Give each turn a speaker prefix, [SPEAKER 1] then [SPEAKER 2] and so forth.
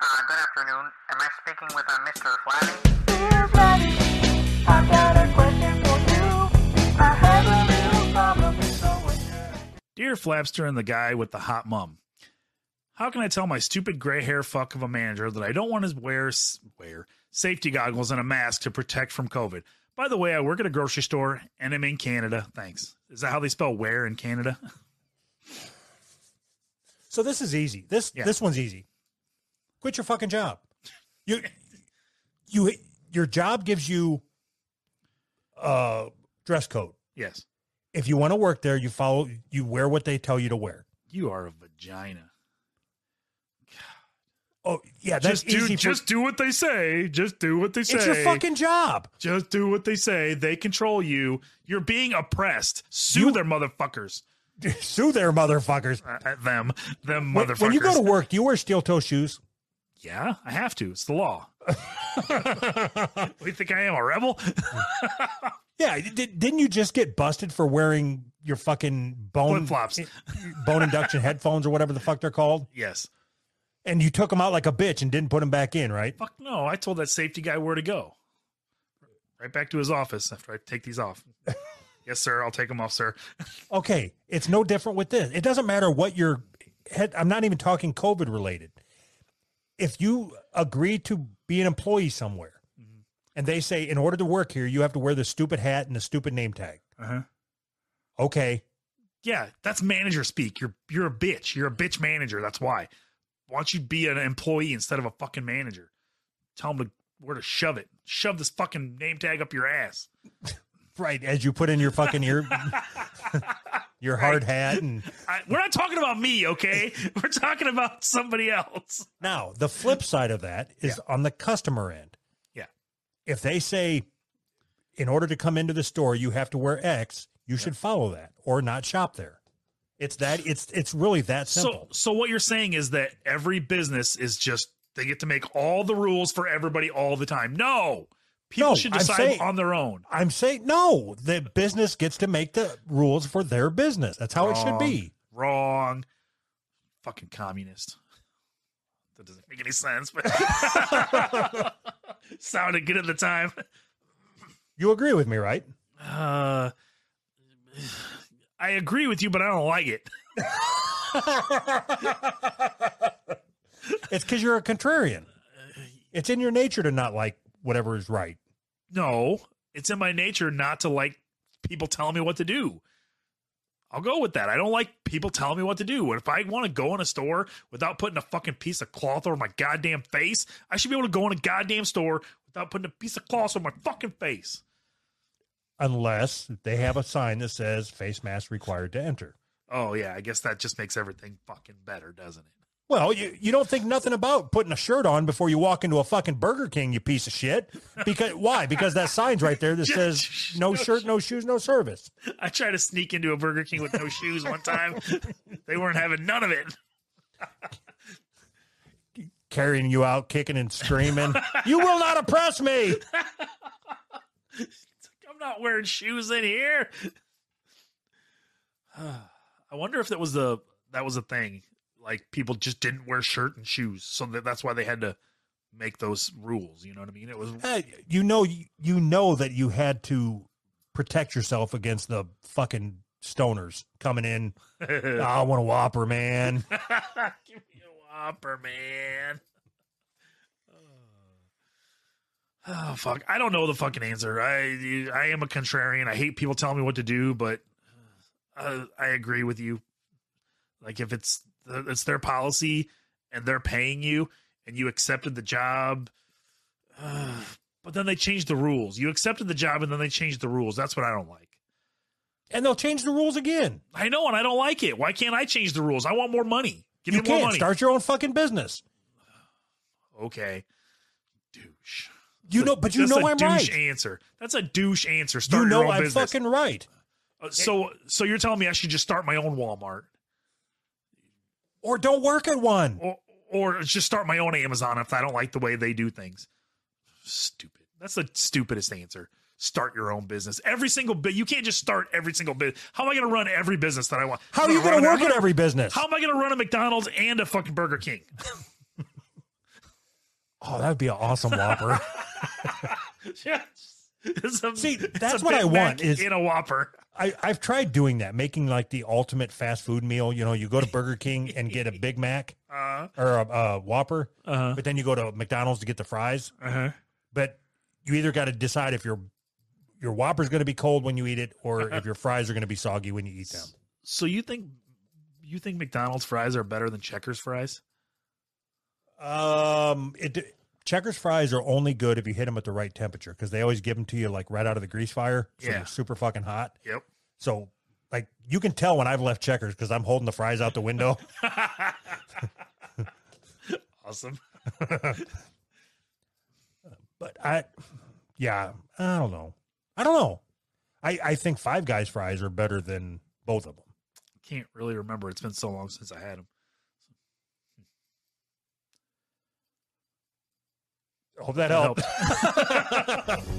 [SPEAKER 1] Uh, good afternoon. Am I speaking with uh, Mr. Flatty?
[SPEAKER 2] Dear Freddy, I've got a question for you. I have a little problem with the winter.
[SPEAKER 3] Dear Flapster and the guy with the hot mum. How can I tell my stupid gray hair fuck of a manager that I don't want to wear s- wear safety goggles and a mask to protect from COVID? By the way, I work at a grocery store and I'm in Canada. Thanks. Is that how they spell where in Canada?
[SPEAKER 4] So this is easy. This
[SPEAKER 3] Yeah.
[SPEAKER 4] this one's easy. Quit your fucking job. You you your job gives you uh dress code.
[SPEAKER 3] yes.
[SPEAKER 4] If you want to work there, you follow you wear what they tell you to wear.
[SPEAKER 3] You are a vagina.
[SPEAKER 4] Oh yeah, that's
[SPEAKER 3] Just do
[SPEAKER 4] easy. for-
[SPEAKER 3] just do what they say. Just do what they say.
[SPEAKER 4] it's your fucking job.
[SPEAKER 3] just do what they say. They control you. You're being oppressed. Sue
[SPEAKER 4] You-
[SPEAKER 3] their motherfuckers.
[SPEAKER 4] Sue their motherfuckers.
[SPEAKER 3] Uh, uh, them. Them
[SPEAKER 4] When,
[SPEAKER 3] motherfuckers.
[SPEAKER 4] when you go to work, do you wear steel toe shoes?
[SPEAKER 3] Yeah, I have to. It's the law. we think I am a rebel?
[SPEAKER 4] Yeah, did, didn't you just get busted for wearing your fucking bone
[SPEAKER 3] Flip-flops.
[SPEAKER 4] bone induction headphones or whatever the fuck they're called?
[SPEAKER 3] yes.
[SPEAKER 4] And you took them out like a bitch and didn't put them back in, right?
[SPEAKER 3] Fuck no. I told that safety guy where to go. Right back to his office after I take these off. yes, sir. I'll take them off, sir.
[SPEAKER 4] Okay, it's no different with this. It doesn't matter what your head. I'm not even talking COVID related. If you agree to be an employee somewhere, and they say in order to work here, you have to wear the stupid hat and the stupid name tag.
[SPEAKER 3] Uh-huh.
[SPEAKER 4] Okay,
[SPEAKER 3] Yeah, that's manager speak. You're you're a bitch. You're a bitch manager. That's why. Why don't you be an employee instead of a fucking manager? Tell him to, where to shove it. Shove this fucking name tag up your ass.
[SPEAKER 4] right as you put in your fucking ear, your hard hat, and
[SPEAKER 3] I, we're not talking about me, okay? We're talking about somebody else.
[SPEAKER 4] Now, the flip side of that is on the customer end.
[SPEAKER 3] Yeah.
[SPEAKER 4] If they say, in order to come into the store, you have to wear X, you should follow that or not shop there. It's that it's it's really that
[SPEAKER 3] So,
[SPEAKER 4] simple.
[SPEAKER 3] so what you're saying is that every business is just they get to make all the rules for everybody all the time. No, people
[SPEAKER 4] No,
[SPEAKER 3] should
[SPEAKER 4] I'm
[SPEAKER 3] decide
[SPEAKER 4] saying-
[SPEAKER 3] on their own.
[SPEAKER 4] I'm saying no, the business gets to make the rules for their business. That's how it
[SPEAKER 3] Oh.
[SPEAKER 4] should be.
[SPEAKER 3] Wrong, fucking communist. That doesn't make any sense, but sounded good at the time.
[SPEAKER 4] You agree with me, right?
[SPEAKER 3] Uh, I agree with you, but I don't like it.
[SPEAKER 4] It's because you're a contrarian. It's in your nature to not like whatever is right.
[SPEAKER 3] No, it's in my nature not to like people telling me what to do. I'll go with that. I don't like people telling me what to do. And if I want to go in a store without putting a fucking piece of cloth over my goddamn face, I should be able to go in a goddamn store without putting a piece of cloth over my fucking face.
[SPEAKER 4] Unless they have a sign that says face mask required to enter.
[SPEAKER 3] Oh, yeah. I guess that just makes everything fucking better, doesn't it?
[SPEAKER 4] Well, you, you don't think nothing about putting a shirt on before you walk into a fucking Burger King, you piece of shit. Because why? Because that sign's right there that says no shirt, no shoes, no service.
[SPEAKER 3] I tried to sneak into a Burger King with no shoes one time, they weren't having none of it.
[SPEAKER 4] Carrying you out, kicking and screaming. you will not oppress me.
[SPEAKER 3] I'm not wearing shoes in here. I wonder if that was the that was a thing. Like people just didn't wear shirt and shoes, so that, that's why they had to make those rules. You know what I mean? It was
[SPEAKER 4] Uh, you know, you know that you had to protect yourself against the fucking stoners coming in. "Oh, I want a Whopper, man.
[SPEAKER 3] give me a whopper, man. Oh fuck! I don't know the fucking answer. I I am a contrarian. I hate people telling me what to do, but uh, I agree with you. Like if it's uh, it's their policy and they're paying you and you accepted the job, uh, but then they changed the rules. You accepted the job and then they changed the rules. That's what I don't like.
[SPEAKER 4] And they'll change the rules again.
[SPEAKER 3] I know, and I don't like it. Why can't I change the rules? I want more money. Give
[SPEAKER 4] You
[SPEAKER 3] me more
[SPEAKER 4] can't
[SPEAKER 3] money.
[SPEAKER 4] start your own fucking business.
[SPEAKER 3] okay, douche.
[SPEAKER 4] You know, but you
[SPEAKER 3] That's
[SPEAKER 4] know
[SPEAKER 3] a
[SPEAKER 4] I'm
[SPEAKER 3] douche
[SPEAKER 4] right.
[SPEAKER 3] answer. That's a douche answer. Start
[SPEAKER 4] You
[SPEAKER 3] your
[SPEAKER 4] know
[SPEAKER 3] own
[SPEAKER 4] I'm
[SPEAKER 3] business.
[SPEAKER 4] fucking right.
[SPEAKER 3] Uh, so, so you're telling me I should just start my own Walmart
[SPEAKER 4] Or don't work at one.
[SPEAKER 3] or or just start my own Amazon if I don't like the way they do things. Stupid. That's the stupidest answer. Start your own business. Every single bit. You can't just start every single bit. How am I going to run every business that I want?
[SPEAKER 4] How
[SPEAKER 3] I'm
[SPEAKER 4] are you going
[SPEAKER 3] run-
[SPEAKER 4] to
[SPEAKER 3] I'm
[SPEAKER 4] work
[SPEAKER 3] gonna-
[SPEAKER 4] at every business?
[SPEAKER 3] How am I going to run a McDonald's and a fucking Burger King?
[SPEAKER 4] Oh, that would be an awesome Whopper.
[SPEAKER 3] yes. It's a-
[SPEAKER 4] See,
[SPEAKER 3] it's a
[SPEAKER 4] that's what I
[SPEAKER 3] Big
[SPEAKER 4] want
[SPEAKER 3] Mac
[SPEAKER 4] is-
[SPEAKER 3] in a Whopper.
[SPEAKER 4] I, I've tried doing that, making like the ultimate fast food meal. You know, you go to Burger King and get a Big Mac
[SPEAKER 3] Uh
[SPEAKER 4] or a, a Whopper,
[SPEAKER 3] huh.
[SPEAKER 4] but then you go to McDonald's to get the fries.
[SPEAKER 3] Uh huh.
[SPEAKER 4] But you either got to decide if your your Whopper's going to be cold when you eat it, or if your fries are going to be soggy when you eat them.
[SPEAKER 3] So you think you think McDonald's fries are better than Checkers fries?
[SPEAKER 4] Um, it checkers fries are only good if you hit them at the right temperature because they always give them to you like right out of the grease fire. So
[SPEAKER 3] Yeah.
[SPEAKER 4] they're super fucking hot.
[SPEAKER 3] Yep.
[SPEAKER 4] So like you can tell when I've left checkers because I'm holding the fries out the window.
[SPEAKER 3] awesome.
[SPEAKER 4] but I, yeah, I don't know. I don't know. I I think Five Guys fries are better than both of them.
[SPEAKER 3] Can't really remember. It's been so long since I had them.
[SPEAKER 4] Hope that helps.
[SPEAKER 3] helps.